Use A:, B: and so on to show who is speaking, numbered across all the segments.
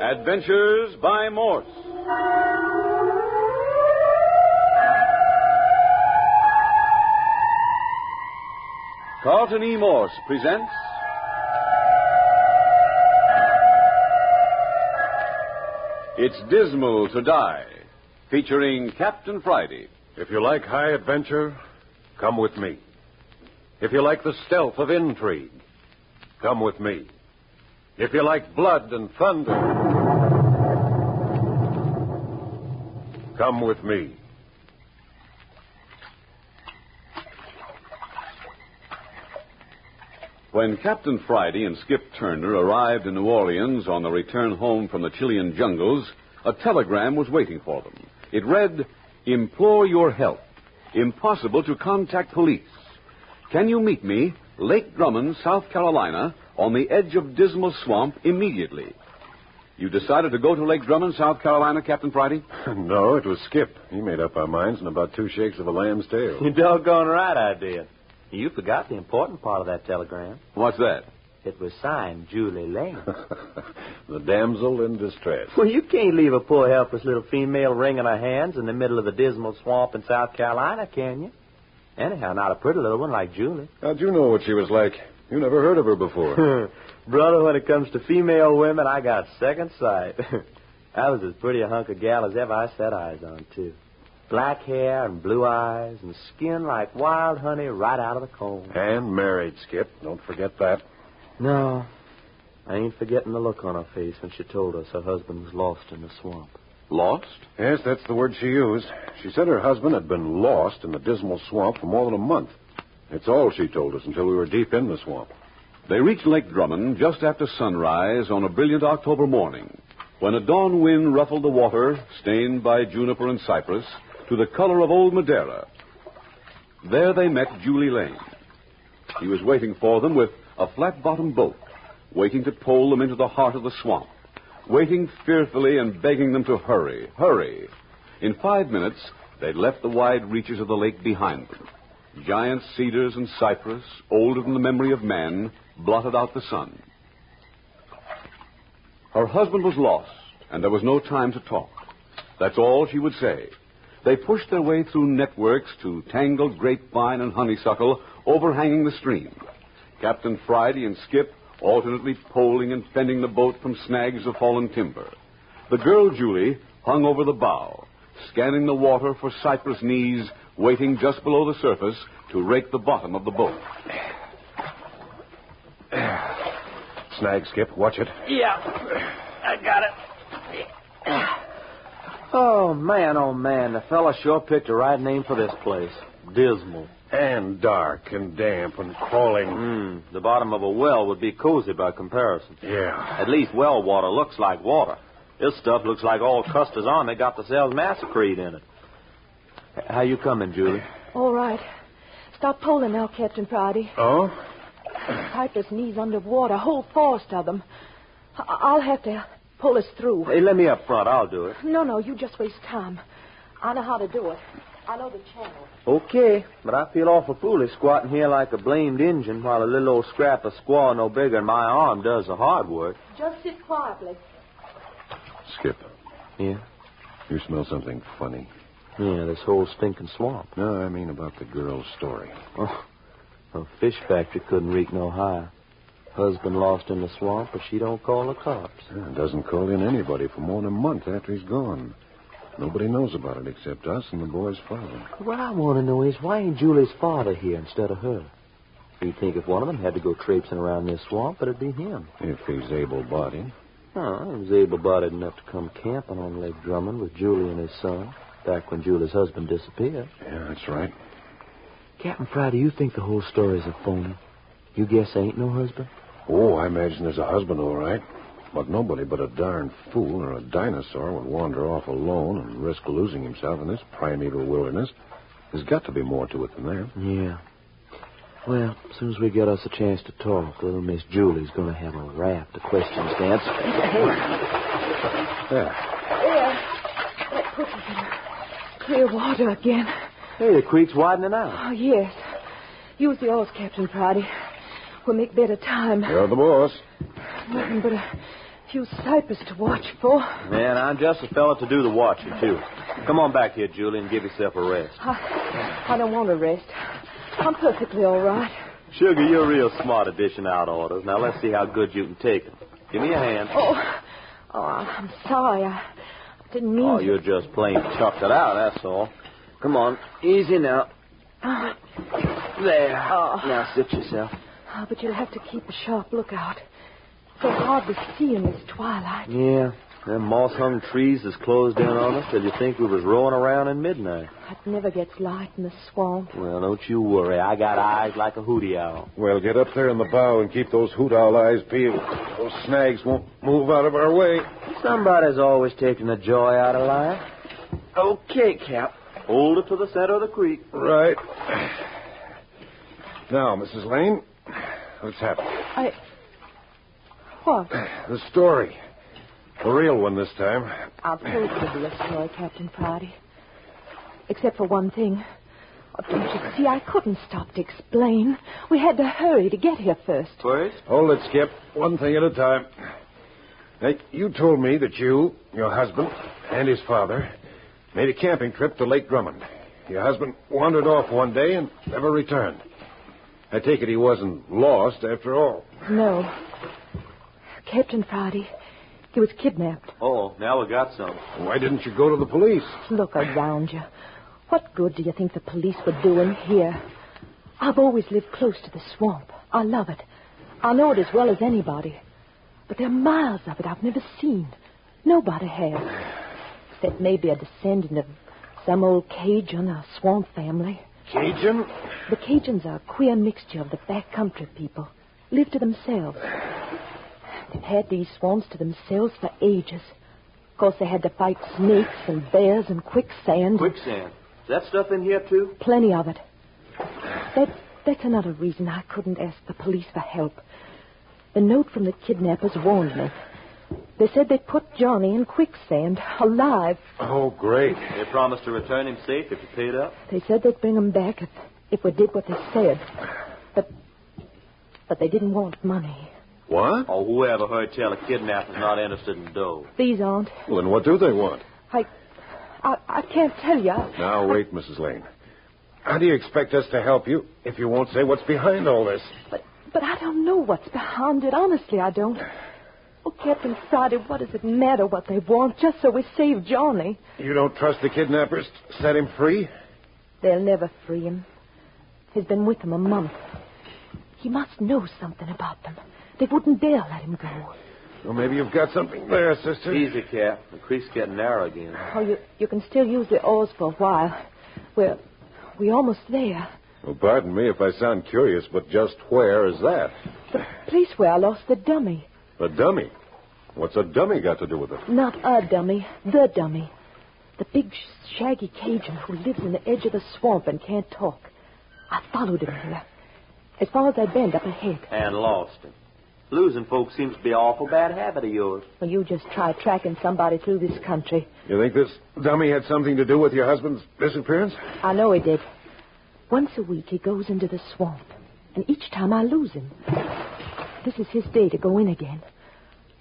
A: Adventures by Morse. Carlton E. Morse presents It's Dismal to Die, featuring Captain Friday.
B: If you like high adventure, come with me. If you like the stealth of intrigue, come with me. If you like blood and thunder, come with me.
A: When Captain Friday and Skip Turner arrived in New Orleans on the return home from the Chilean jungles, a telegram was waiting for them. It read, Implore your help. Impossible to contact police. Can you meet me, Lake Drummond, South Carolina, on the edge of Dismal Swamp immediately? You decided to go to Lake Drummond, South Carolina, Captain Friday?
B: no, it was Skip. He made up our minds in about two shakes of a lamb's tail.
C: You doggone right I did. You forgot the important part of that telegram.
A: What's that?
C: It was signed Julie Lane.
B: the damsel in distress.
C: well, you can't leave a poor, helpless little female wringing her hands in the middle of a dismal swamp in South Carolina, can you? Anyhow, not a pretty little one like Julie.
B: How'd you know what she was like? You never heard of her before.
C: Brother, when it comes to female women, I got second sight. I was as pretty a hunk of gal as ever I set eyes on, too. Black hair and blue eyes and skin like wild honey right out of the comb.
B: and married, Skip. Don't forget that.
C: No. I ain't forgetting the look on her face when she told us her husband was lost in the swamp.
A: Lost?
B: Yes, that's the word she used. She said her husband had been lost in the dismal swamp for more than a month. It's all she told us until we were deep in the swamp.
A: They reached Lake Drummond just after sunrise on a brilliant October morning, when a dawn wind ruffled the water, stained by juniper and cypress, to the color of old Madeira. There they met Julie Lane. He was waiting for them with a flat bottomed boat, waiting to pole them into the heart of the swamp, waiting fearfully and begging them to hurry, hurry. In five minutes, they'd left the wide reaches of the lake behind them. Giant cedars and cypress, older than the memory of man, blotted out the sun. Her husband was lost, and there was no time to talk. That's all she would say. They pushed their way through networks to tangled grapevine and honeysuckle overhanging the stream. Captain Friday and Skip alternately poling and fending the boat from snags of fallen timber. The girl Julie hung over the bow, scanning the water for cypress knees, waiting just below the surface to rake the bottom of the boat.
B: Snag, Skip. Watch it.
C: Yeah. I got it. Oh, man, oh, man. The fella sure picked the right name for this place. Dismal.
B: And dark and damp and crawling.
C: Hmm. The bottom of a well would be cozy by comparison.
B: Yeah.
C: At least well water looks like water. This stuff looks like all Custer's army got themselves massacred in it. How you coming, Julie?
D: All right. Stop pulling now, Captain Friday.
B: Oh?
D: Cypress knees underwater, whole forest of them. I- I'll have to pull us through.
C: Hey, let me up front. I'll do it.
D: No, no, you just waste time. I know how to do it. I know the channel.
C: Okay, but I feel awful foolish squatting here like a blamed Injun while a little old scrap of squaw no bigger than my arm does the hard work.
D: Just sit quietly.
B: Skip,
C: Yeah?
B: you smell something funny.
C: Yeah, this whole stinking swamp.
B: No, I mean about the girl's story.
C: Oh, a fish factory couldn't reek no higher. Husband lost in the swamp, but she don't call the cops.
B: Yeah, doesn't call in anybody for more than a month after he's gone. Nobody knows about it except us and the boy's father.
C: What I want to know is why ain't Julie's father here instead of her? You'd think if one of them had to go traipsing around this swamp, it'd be him.
B: If he's able-bodied.
C: Oh, he was able-bodied enough to come camping on Lake Drummond with Julie and his son back when Julie's husband disappeared.
B: Yeah, that's right.
C: Captain Friday, you think the whole story's a phony? You guess there ain't no husband?
B: Oh, I imagine there's a husband, all right. But nobody but a darn fool or a dinosaur would wander off alone and risk losing himself in this primeval wilderness. There's got to be more to it than that.
C: Yeah. Well, as soon as we get us a chance to talk, little Miss Julie's going to have a raft of questions to answer.
B: Yeah.
D: That puts us in clear water again.
C: hey, the creek's widening out.
D: Oh, yes. Use yours, Captain Friday. We'll make better time.
B: You're the boss.
D: Nothing but a few cypress to watch for.
C: Man, I'm just the fella to do the watching, too. Come on back here, Julie, and give yourself a rest.
D: I, I don't want to rest. I'm perfectly all right.
C: Sugar, you're a real smart at dishing out orders. Now, let's see how good you can take 'em. Give me a hand.
D: Oh, oh I'm sorry. I didn't mean
C: Oh,
D: to.
C: you're just plain chucked it out, that's all. Come on, easy now.
D: Ah,
C: There.
D: Oh.
C: Now, sit yourself.
D: ah, but you'll have to keep a sharp lookout. So hard to see in this twilight.
C: Yeah, them moss-hung trees has closed in on us till you think we was rolling around in midnight.
D: It never gets light in the swamp.
C: Well, don't you worry. I got eyes like a hootie owl.
B: Well, get up there in the bow and keep those hoot owl eyes peeled. Those snags won't move out of our way.
C: Somebody's always taking the joy out of life. Okay, Cap. Hold it to the center of the creek.
B: Right. Now, Mrs. Lane, what's happened?
D: I. What?
B: The story. The real one this time.
D: I'll prove it'll be a story, Captain Friday. Except for one thing. Oh, don't you see? I couldn't stop to explain. We had to hurry to get here first.
C: First?
B: Hold it, Skip. One thing at a time. Now, you told me that you, your husband, and his father made a camping trip to Lake Drummond. Your husband wandered off one day and never returned. I take it he wasn't lost after all.
D: No. Captain Friday, he was kidnapped.
C: Oh, now we got some.
B: Why didn't you go to the police?
D: Look around you. What good do you think the police were doing here? I've always lived close to the swamp. I love it. I know it as well as anybody. But there are miles of it I've never seen. Nobody has. Except maybe a descendant of some old Cajun or swamp family.
B: Cajun?
D: The Cajuns are a queer mixture of the backcountry people. Live to themselves. They've had these swamps to themselves for ages. Of course, they had to fight snakes and bears and quicksand.
C: Quicksand. Is that stuff in here, too?
D: Plenty of it. That, that's another reason I couldn't ask the police for help. The note from the kidnappers warned me. They said they'd put Johnny in quicksand, alive.
B: Oh, great.
C: They promised to return him safe if you paid up.
D: They said they'd bring him back if, if we did what they said. But, but they didn't want money.
B: What?
C: Or whoever heard tell a kidnapper's not interested in dough.
D: These aren't.
B: Well, then what do they want?
D: I, I, I can't tell you. I-
B: Now, wait, Mrs. Lane. How do you expect us to help you if you won't say what's behind all this?
D: But, but I don't know what's behind it. Honestly, I don't. Oh, Captain Friday, what does it matter what they want just so we save Johnny?
B: You don't trust the kidnappers? Set him free?
D: They'll never free him. He's been with them a month. He must know something about them. They wouldn't dare let him go.
B: Well, maybe you've got something there, sister.
C: Easy, Cap. The creek's getting narrow again.
D: Oh, you, you can still use the oars for a while. We're, we're almost there.
B: Well, pardon me if I sound curious, but just where is that?
D: The place where I lost the dummy.
B: A dummy. What's a dummy got to do with it?
D: Not a dummy, the dummy. The big, sh- shaggy Cajun who lives in the edge of the swamp and can't talk. I followed him here. As far as I bend up ahead.
C: And lost him. Losing folks seems to be an awful bad habit of yours.
D: Well, you just try tracking somebody through this country.
B: You think this dummy had something to do with your husband's disappearance?
D: I know he did. Once a week he goes into the swamp, and each time I lose him. This is his day to go in again.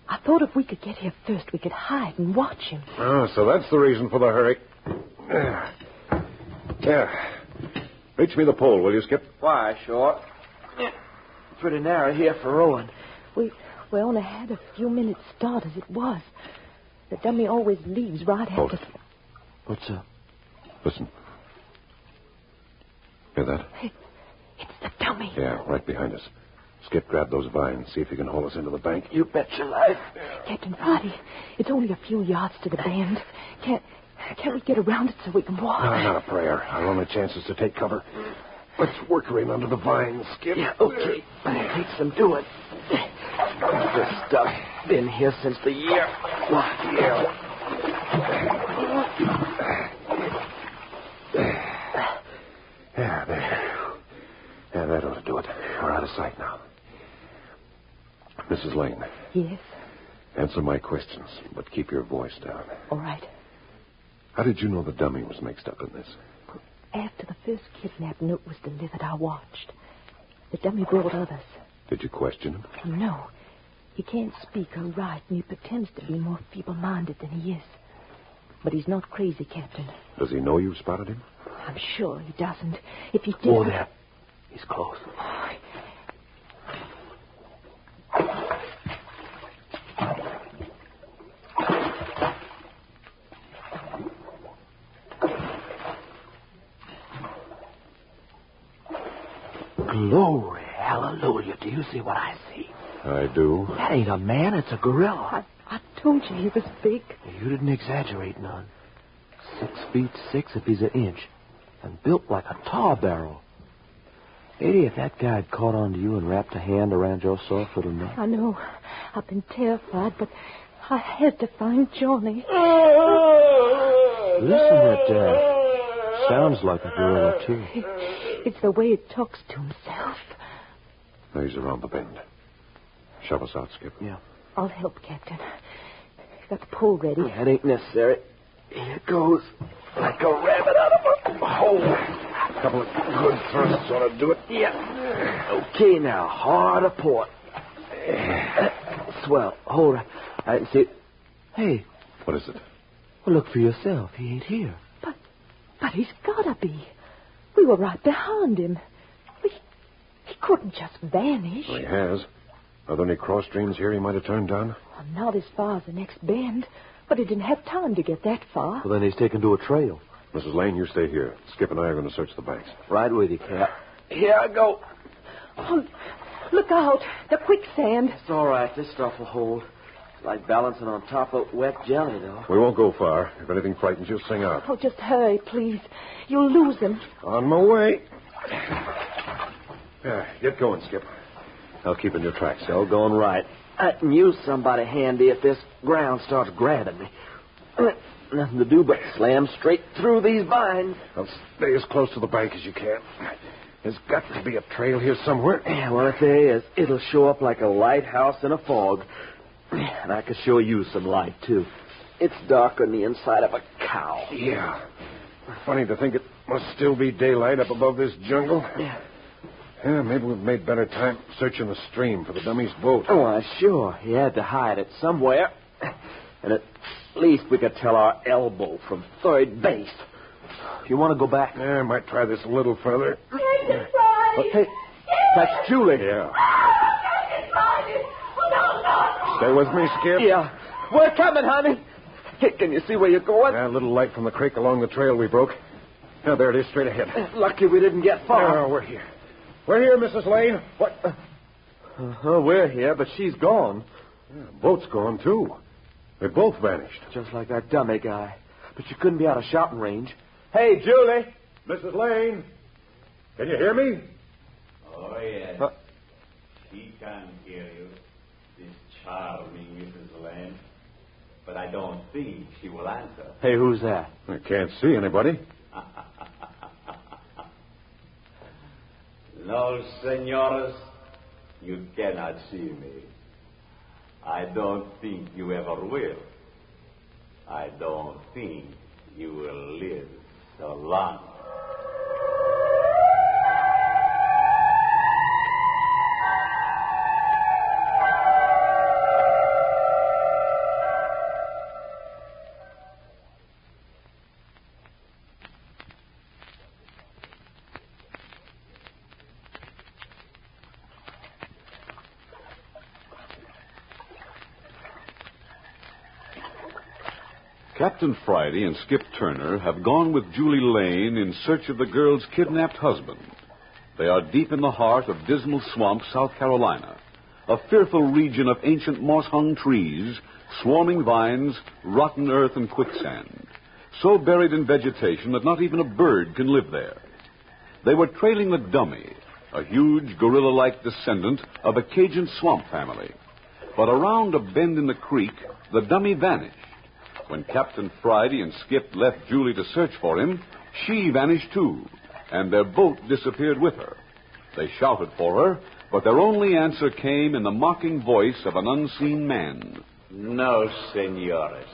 D: I thought if we could get here first, we could hide and watch him.
B: Oh, so that's the reason for the hurry. There. Reach me the pole, will you, Skip?
C: Why, sure. Yeah. Pretty narrow here for rowing.
D: We, we only had a few minutes' start as it was. The dummy always leaves right
B: Hold
D: after.
B: it. What's up? Listen. Hear that?
D: It's the dummy.
B: Yeah, right behind us. Skip, grab those vines. See if you can haul us into the bank.
C: You bet your life.
D: Captain Friday, it's only a few yards to the band. Can't, can't we get around it so we can walk?
B: No, not a prayer. Our only chance is to take cover. Let's work her in under the vines, Skip. Yeah, okay.
C: Takes some doing. This stuff been here since the year. Yeah.
B: Yeah, there. Yeah, that ought to do it. We're out of sight now. Mrs. Lane,
D: Yes.
B: answer my questions, but keep your voice down.
D: All right.
B: How did you know the dummy was mixed up in this?
D: After the first kidnap note was delivered, I watched. The dummy brought others.
B: Did you question him?
D: No. He can't speak or write, and he pretends to be more feeble minded than he is. But he's not crazy, Captain.
B: Does he know you've spotted him?
D: I'm sure he doesn't. If he did.
C: Oh, there. He's close. Glory, hallelujah. Do you see what I see?
B: I do.
C: That ain't a man, it's a gorilla.
D: I, I told you he was big.
C: You didn't exaggerate none. Six feet six if he's an inch, and built like a tar barrel. Eddie, if that guy had caught on to you and wrapped a hand around your soft little neck.
D: I know. I've been terrified, but I had to find Johnny.
C: Listen, that uh, sounds like a gorilla, too.
D: It's the way it talks to himself.
B: Now he's around the bend. Shove us out, Skip.
C: Yeah.
D: I'll help, Captain. Got the pole ready.
C: That ain't necessary. Here goes. Like a rabbit out of a hole. A couple of good thrusts ought to do it. Yeah. Okay, now, hard a port. Uh, Swell. Hold on. I see. Hey,
B: What is it?
C: well, look for yourself. He ain't here.
D: But, but he's gotta be. We were right behind him. We, he couldn't just vanish.
B: Well, he has. Are there any cross streams here he might have turned down?
D: Well, not as far as the next bend, but he didn't have time to get that far.
C: Well, then he's taken to a trail.
B: Mrs. Lane, you stay here. Skip and I are going to search the banks.
C: Right with you, Cap. Here I go.
D: Oh, look out! The quicksand.
C: It's all right. This stuff will hold. It's like balancing on top of wet jelly, though.
B: We won't go far. If anything frightens you, sing out.
D: Oh, just hurry, please. You'll lose him.
B: On my way. Yeah, get going, Skip. I'll keep in your tracks.
C: So going right. I can use somebody handy if this ground starts grabbing me. Nothing to do but slam straight through these vines.
B: I'll stay as close to the bank as you can. There's got to be a trail here somewhere.
C: Yeah, well, if there is, it'll show up like a lighthouse in a fog. And I could sure use some light, too. It's dark on the inside of a cow.
B: Yeah. Funny to think it must still be daylight up above this jungle.
C: Yeah.
B: Yeah, maybe we've made better time searching the stream for the dummy's boat.
C: Oh, why, sure. He had to hide it somewhere. And at least we could tell our elbow from third base. You want to go back?
B: Yeah, I might try this a little further.
C: Okay. That's Julie.
B: Yeah. Stay with me, Skip.
C: Yeah. We're coming, honey. Hey, can you see where you're going?
B: Yeah, a little light from the creek along the trail we broke. Now, there it is, straight ahead.
C: Lucky we didn't get
B: Now, we're here. We're here, Mrs. Lane. What?
C: Uh-huh, we're here, but she's gone.
B: boat's gone, too. They both vanished.
C: Just like that dummy guy. But she couldn't be out of shouting range. Hey, Julie.
B: Mrs. Lane, can you hear me?
E: Oh, yes.
C: Huh?
E: She can hear you, this charming Mrs. Lane. But I don't think she will answer.
C: Hey, who's that?
B: I can't see anybody.
E: No, senores, you cannot see me. I don't think you ever will. I don't think you will live so long.
A: Captain Friday and Skip Turner have gone with Julie Lane in search of the girl's kidnapped husband. They are deep in the heart of Dismal Swamp, South Carolina, a fearful region of ancient moss hung trees, swarming vines, rotten earth, and quicksand, so buried in vegetation that not even a bird can live there. They were trailing the dummy, a huge gorilla like descendant of a Cajun swamp family. But around a bend in the creek, the dummy vanished. When Captain Friday and Skip left Julie to search for him, she vanished too, and their boat disappeared with her. They shouted for her, but their only answer came in the mocking voice of an unseen man.
E: No, senores.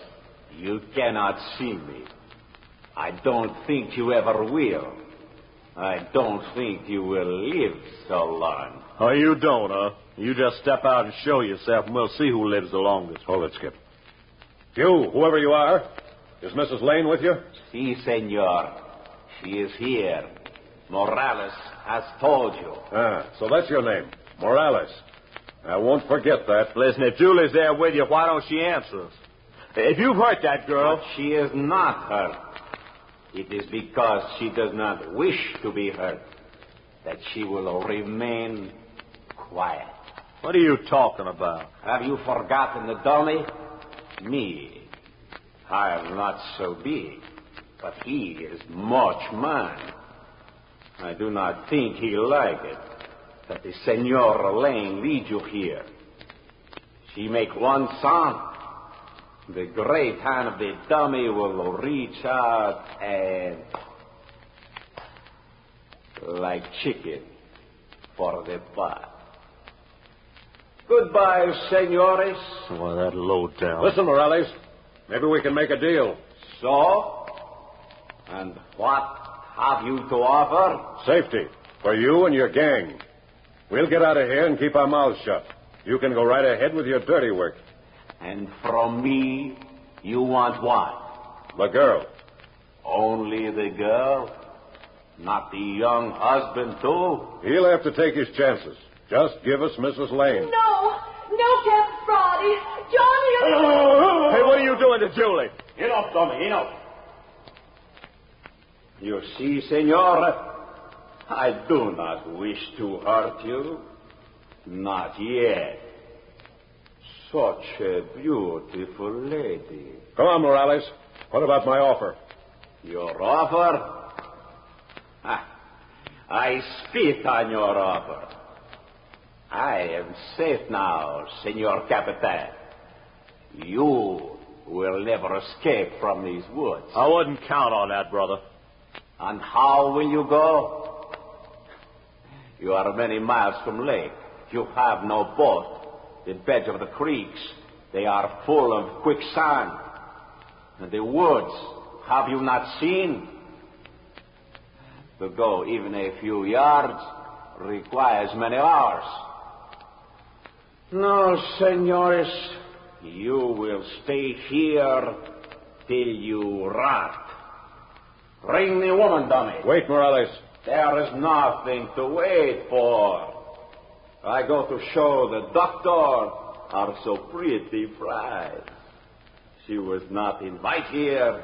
E: You cannot see me. I don't think you ever will. I don't think you will live so long.
C: Oh, you don't, huh? You just step out and show yourself, and we'll see who lives the longest.
B: Hold it, Skip. You, whoever you are, is Mrs. Lane with you?
E: See, senor, she is here. Morales has told you.
B: Ah, so that's your name, Morales. I won't forget that.
C: Listen, if Julie's there with you, why don't she answer us? If you've hurt that girl,
E: But she is not hurt. It is because she does not wish to be hurt that she will remain quiet.
C: what are you talking about?
E: Have you forgotten the dummy? Me. I am not so big, but he is much mine. I do not think he like it that the Senora Lane lead you here. She make one sound. The great hand of the dummy will reach out and like chicken for the pot. Goodbye, senores.
C: Well, that low down.
B: Listen, Morales. Maybe we can make a deal.
E: So? And what have you to offer?
B: Safety for you and your gang. We'll get out of here and keep our mouths shut. You can go right ahead with your dirty work.
E: And from me, you want what?
B: The girl.
E: Only the girl? Not the young husband, too?
B: He'll have to take his chances. Just give us Mrs. Lane.
D: No, no, Cap Friday. John, you.
C: Hey, what are you doing to Julie?
E: Enough, dummy, enough. You see, senor, I do not wish to hurt you. Not yet. Such a beautiful lady.
B: Come on, Morales. What about my offer?
E: Your offer? Ha. I spit on your offer. I am safe now, Senor Capitan. You will never escape from these woods.
B: Oh.
C: I wouldn't count on that, brother.
E: And how will you go? You are many miles from lake. You have no boat. The beds of the creeks, they are full of quicksand. And the woods, have you not seen? To go even a few yards requires many hours. No, senores, you will stay here till you rot. Bring the woman, dummy.
B: Wait, Morales.
E: There is nothing to wait for. I go to show the doctor our so pretty bride. She was not invited here,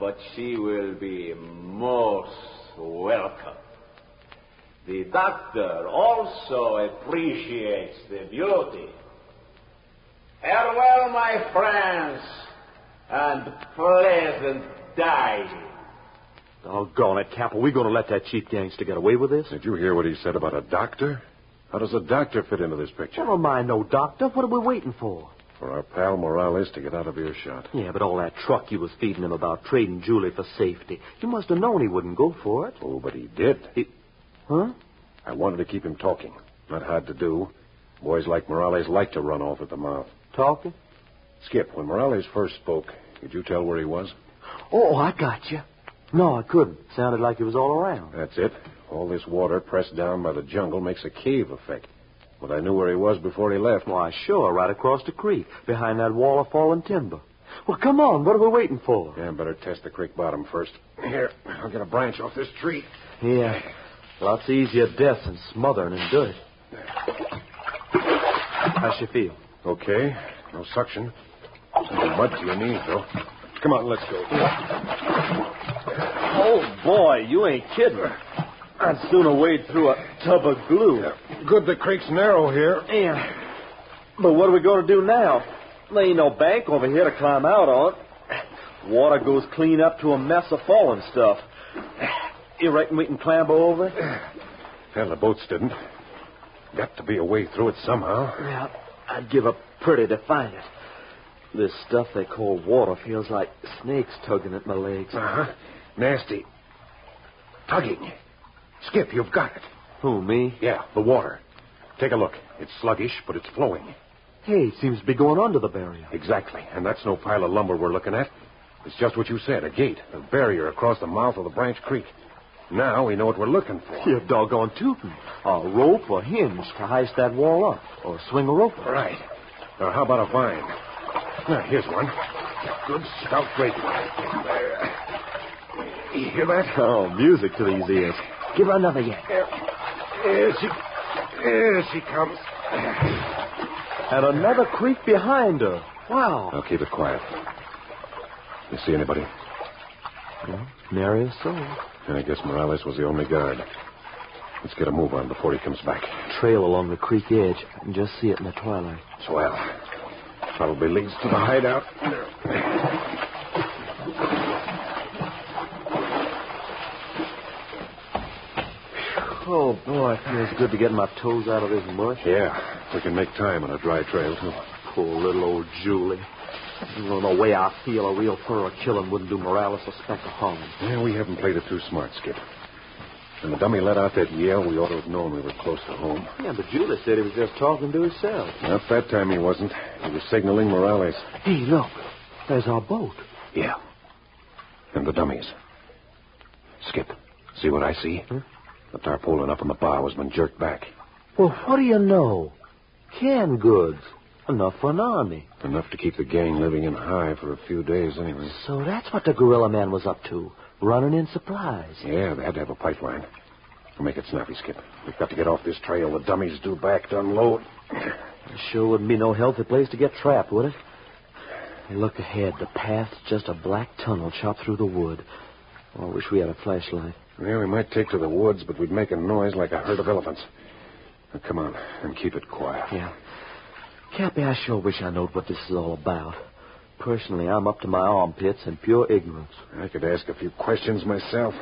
E: but she will be most welcome. The doctor also appreciates the beauty. Farewell, my friends, and pleasant dying.
C: Doggone it, Cap. Are we going to let that cheap gangster get away with this?
B: Did you hear what he said about a doctor? How does a doctor fit into this picture?
C: Never mind, no doctor. What are we waiting for?
B: For our pal Morales to get out of earshot.
C: Yeah, but all that truck you was feeding him about trading Julie for safety. You must have known he wouldn't go for it.
B: Oh, but he did.
C: Huh?
B: I wanted to keep him talking. Not hard to do. Boys like Morales like to run off at the mouth.
C: Talking?
B: Skip, when Morales first spoke, could you tell where he was?
C: Oh, I got you. No, I couldn't. Sounded like he was all around.
B: That's it. All this water pressed down by the jungle makes a cave effect. But I knew where he was before he left.
C: Why, sure, right across the creek, behind that wall of fallen timber. Well, come on, what are we waiting for?
B: Yeah, better test the creek bottom first. Here, I'll get a branch off this tree.
C: Yeah, lots easier death than smothering in dirt. How's she feel?
B: Okay, no suction. Some mud to your knees, though. Come on, let's go.
C: Oh, boy, you ain't kidding. I'd sooner wade through a tub of glue.
B: Good, the creek's narrow here.
C: Yeah. But what are we going to do now? There ain't no bank over here to climb out on. Water goes clean up to a mess of fallen stuff. You reckon we can clamber over? it?
B: Well, the boats didn't. Got to be a way through it somehow.
C: Yeah, I'd give up pretty to find it. This stuff they call water feels like snakes tugging at my legs.
B: Uh huh. Nasty. Tugging. Skip, you've got it.
C: Who, me?
B: Yeah, the water. Take a look. It's sluggish, but it's flowing.
C: Hey, seems to be going under the barrier.
B: Exactly. And that's no pile of lumber we're looking at. It's just what you said a gate, a barrier across the mouth of the branch creek. Now we know what we're looking for.
C: You're doggone tootin'. A rope or hinge to hoist that wall up, or swing a rope.
B: Right. Now, how about a vine? Now, here's one. Good stout grapevine. There. You hear that?
C: Oh, music to these ears. Give her another yet.
B: There she, there she comes.
C: And another creek behind her. Wow.
B: Now, keep it quiet. You see anybody?
C: Nary a soul.
B: And I guess Morales was the only guard. Let's get a move on before he comes back.
C: Trail along the creek edge. I can just see it in the twilight.
B: Swell. Probably leads to the hideout.
C: Oh, boy, it feels good to get my toes out of this mush.
B: Yeah, we can make time on a dry trail, too.
C: Poor little old Julie. You know the way I feel, a real thorough killing wouldn't do Morales a speck of harm.
B: Yeah, we haven't played it too smart, Skip. When the dummy let out that yell, we ought to have known we were close to home.
C: Yeah, but Julie said he was just talking to himself.
B: Not that time he wasn't. He was signaling Morales.
C: Hey, look. There's our boat.
B: Yeah. And the dummies. Skip, see what I see? The tarpaulin up on the bow has been jerked back.
C: Well, what do you know? Canned goods. Enough for an army.
B: Enough to keep the gang living in high for a few days, anyway.
C: So that's what the gorilla man was up to. Running in supplies.
B: Yeah, they had to have a pipeline. We'll make it snappy, Skip. We've got to get off this trail. The dummies due back to unload.
C: Sure wouldn't be no healthy place to get trapped, would it? Hey, look ahead. The path's just a black tunnel chopped through the wood. Oh, I wish we had a flashlight.
B: Yeah, we might take to the woods, but we'd make a noise like a herd of elephants. Now, come on, and keep it quiet.
C: Yeah. Cappy, I sure wish I knowed what this is all about. Personally, I'm up to my armpits in pure ignorance.
B: I could ask a few questions myself.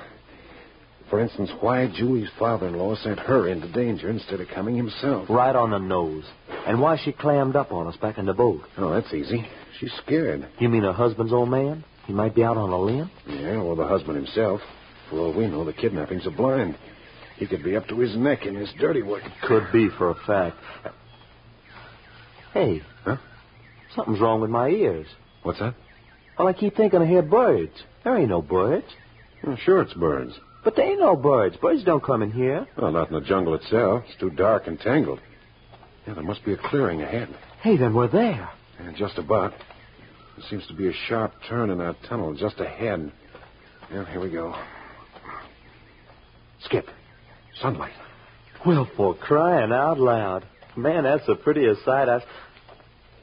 B: For instance, why Julie's father-in-law sent her into danger instead of coming himself.
C: Right on the nose. And why she clammed up on us back in the boat.
B: Oh, that's easy. She's scared.
C: You mean her husband's old man? He might be out on a limb?
B: Yeah, or the husband himself. For all we know, the kidnapping's a blind. He could be up to his neck in this dirty work.
C: Could be for a fact. Hey.
B: Huh?
C: Something's wrong with my ears.
B: What's that?
C: Well, I keep thinking I hear birds. There ain't no birds.
B: Well, Oh, sure, it's birds.
C: But there ain't no birds. Birds don't come in here.
B: Well, not in the jungle itself. It's too dark and tangled. Yeah, there must be a clearing ahead.
C: Hey, then we're there.
B: Yeah, just about. There seems to be a sharp turn in our tunnel just ahead. Well, here we go. Skip. Sunlight.
C: Well, for crying out loud. Man, that's the prettiest sight I've.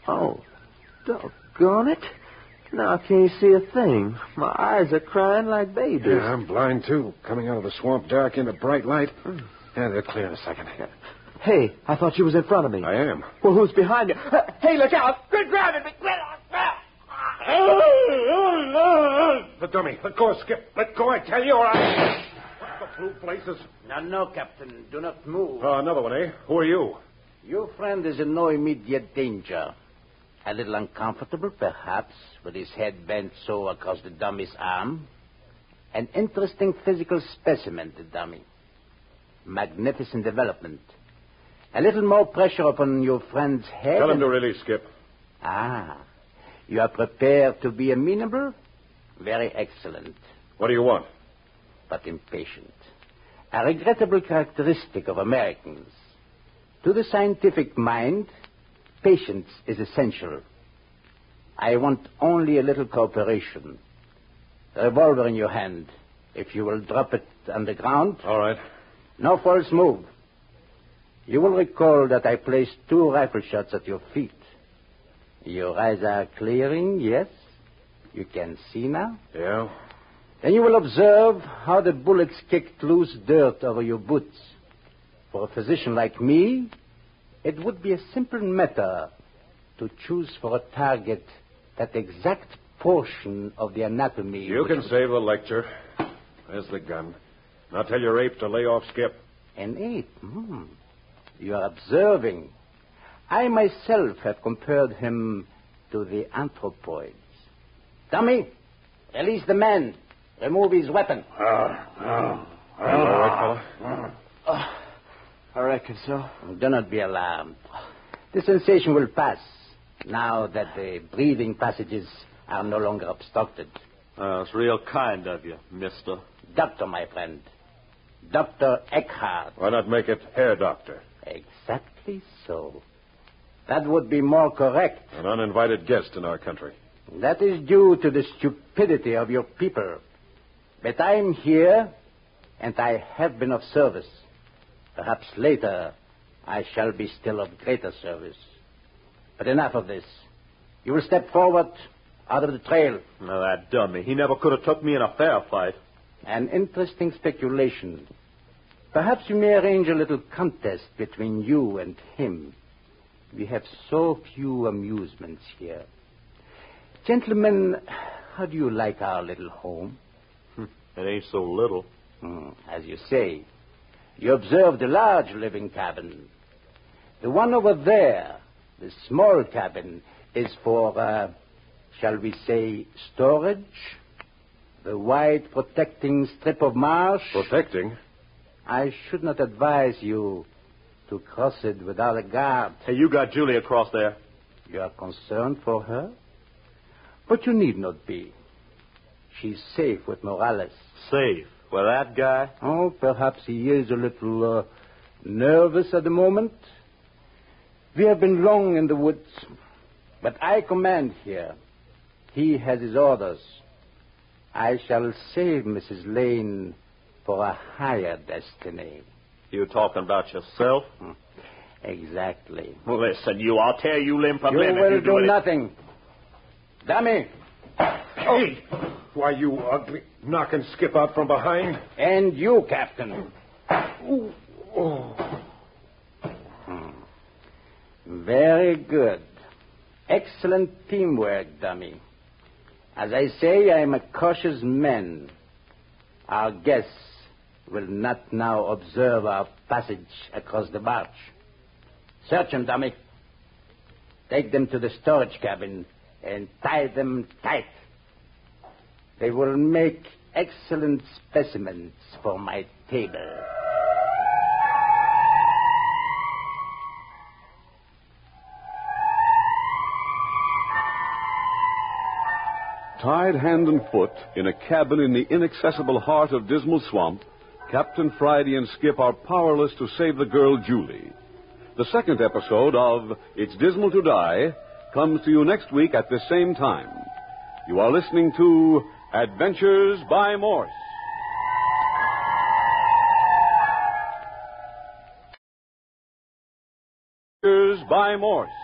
C: Oh, doggone it. Now I can't see a thing. My eyes are crying like babies.
B: Yeah, I'm blind, too. Coming out of the swamp dark into bright light. Yeah, they'll clear in a second.
C: Hey, I thought you was in front of me.
B: I am.
C: Well, who's behind you? Uh, Hey, look out! Good ground at me!
B: Uh, The dummy. Let go, Skip. Let go, I tell you, or I... What the blue places?
F: No, no, Captain. Do not move.
B: Oh, another one, eh? Who are you?
F: Your friend is in no immediate danger. A little uncomfortable, perhaps, with his head bent so across the dummy's arm. An interesting physical specimen, the dummy. Magnificent development. A little more pressure upon your friend's head.
B: Tell him to release, Skip.
F: Ah, you are prepared to be amenable? Very excellent,
B: What do you want?
F: but impatient. A regrettable characteristic of Americans. To the scientific mind, patience is essential. I want only a little cooperation. A revolver in your hand. If you will drop it on the ground,
B: All right.
F: no false move. You will recall that I placed two rifle shots at your feet. Your eyes are clearing, yes? You can see now?
B: Yeah?
F: Then you will observe how the bullets kicked loose dirt over your boots. For a physician like me, it would be a simple matter to choose for a target that exact portion of the anatomy.
B: You
F: which
B: can
F: was-
B: save the lecture. There's the gun. Now tell your ape to lay off, Skip.
F: An ape. Hmm. You are observing. I myself have compared him to the anthropoids. Dummy, release the man. Remove his weapon.
B: Ah, All right, fella.
F: Uh,
C: I reckon so.
F: Do not be alarmed. The sensation will pass now that the breathing passages are no longer obstructed.
C: Uh, it's real kind of you, mister.
F: Doctor, my friend,
C: Dr. Eckhart.
B: Why not make it hair doctor?
C: Exactly so. That would be more correct.
B: An uninvited guest in our country.
C: That is due to the stupidity of your people. But I'm here, and I have been of service. Perhaps later I shall be still of greater service. But enough of this. You will step forward out of the trail.
E: Now, that dummy. He never could have took me in a fair fight.
C: An interesting speculation. Perhaps you may arrange a little contest between you and him. We have so few amusements here. Gentlemen, how do you like our little home?
E: It ain't so little.
C: Hmm, as you say, you observe the large living cabin. The one over there, the small cabin, is for, uh, shall we say, storage? The wide protecting strip of marsh?
B: Protecting?
C: I should not advise you to cross it without a guard.
E: Hey, you got Julie across there.
C: You are concerned for her? But you need not be. She's safe with Morales.
E: Safe. Well, that guy.
C: Oh, perhaps he is a little uh, nervous at the moment. We have been long in the woods, but I command here. He has his orders. I shall save Mrs. Lane for a higher destiny.
E: You talking about yourself?
C: Exactly.
E: Listen, you. I'll tear you limb from
C: you
E: limb
C: will
E: if you do,
C: do
E: it.
C: nothing. Dummy,
B: Hey! Why, you ugly. Knock and skip out from behind.
C: and you, Captain. Very good. Excellent teamwork, dummy. As I say, I'm a cautious man. Our guests will not now observe our passage across the marsh. Search them, dummy. Take them to the storage cabin and tie them tight. They will make excellent specimens for my table.
A: Tied hand and foot in a cabin in the inaccessible heart of Dismal Swamp, Captain Friday and Skip are powerless to save the girl Julie. The second episode of It's Dismal to Die comes to you next week at this same time. You are listening to Adventures by Morse. Adventures by Morse.